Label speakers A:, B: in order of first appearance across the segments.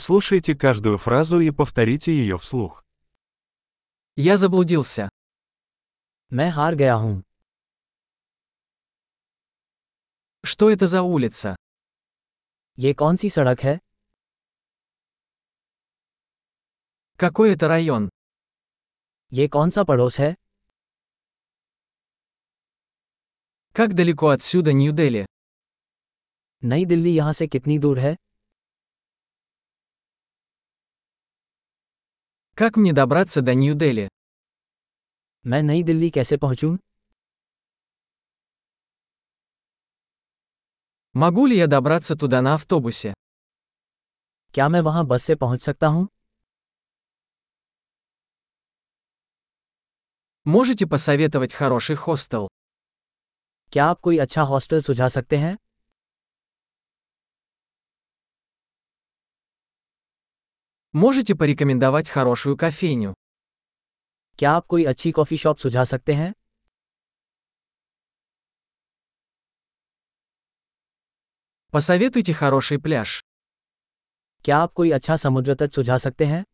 A: Прослушайте каждую фразу и повторите ее вслух.
B: Я заблудился.
C: मैं हार गया हूँ
B: Что это за улица?
C: ये कौन सी सड़क है
B: Какой это район?
C: ये कौन सा पड़ोस है
B: Как далеко отсюда Нью-Дели?
C: नई दिल्ली यहाँ से कितनी दूर है
B: Как мне добраться до Нью-Дели?
C: मैं नई दिल्ली कैसे पहुँचूँ
B: Могу ли я добраться туда на автобусе?
C: क्या मैं वहाँ बस से पहुँच सकता हूँ
B: Можете посоветовать хороший хостел?
C: क्या आप कोई अच्छा हॉस्टल सुझा सकते हैं
B: Можете порекомендовать хорошую кофейню?
C: क्या आप कोई अच्छी कॉफ़ी शॉप सुझा सकते हैं
B: Посоветуйте хороший пляж.
C: क्या आप कोई अच्छा समुद्र तट सुझा सकते हैं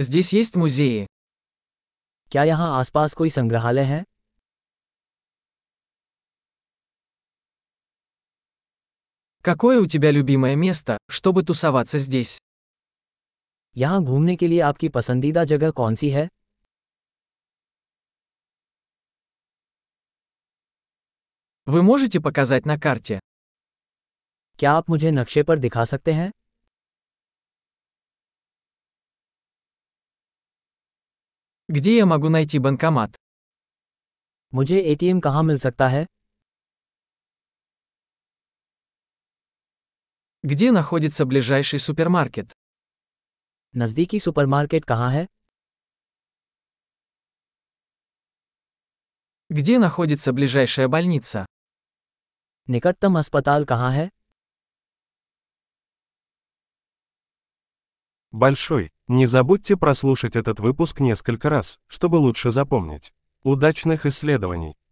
B: Здесь есть музеи.
C: क्या यहाँ आसपास कोई संग्रहालय है
B: Какое у тебя любимое место, чтобы тусоваться здесь?
C: यहाँ घूमने के लिए आपकी पसंदीदा जगह कौन सी है
B: Вы можете показать на карте?
C: क्या आप मुझे नक्शे पर दिखा सकते हैं
B: Где я могу найти банкомат?
C: मुझे एटीएम कहाँ मिल सकता है
B: Где находится ближайший супермаркет?
C: नज़दीकी सुपरमार्केट कहाँ है
B: Где находится ближайшая больница?
C: निकटतम अस्पताल कहाँ है
A: Большой. Не забудьте прослушать этот выпуск несколько раз, чтобы лучше запомнить. Удачных исследований!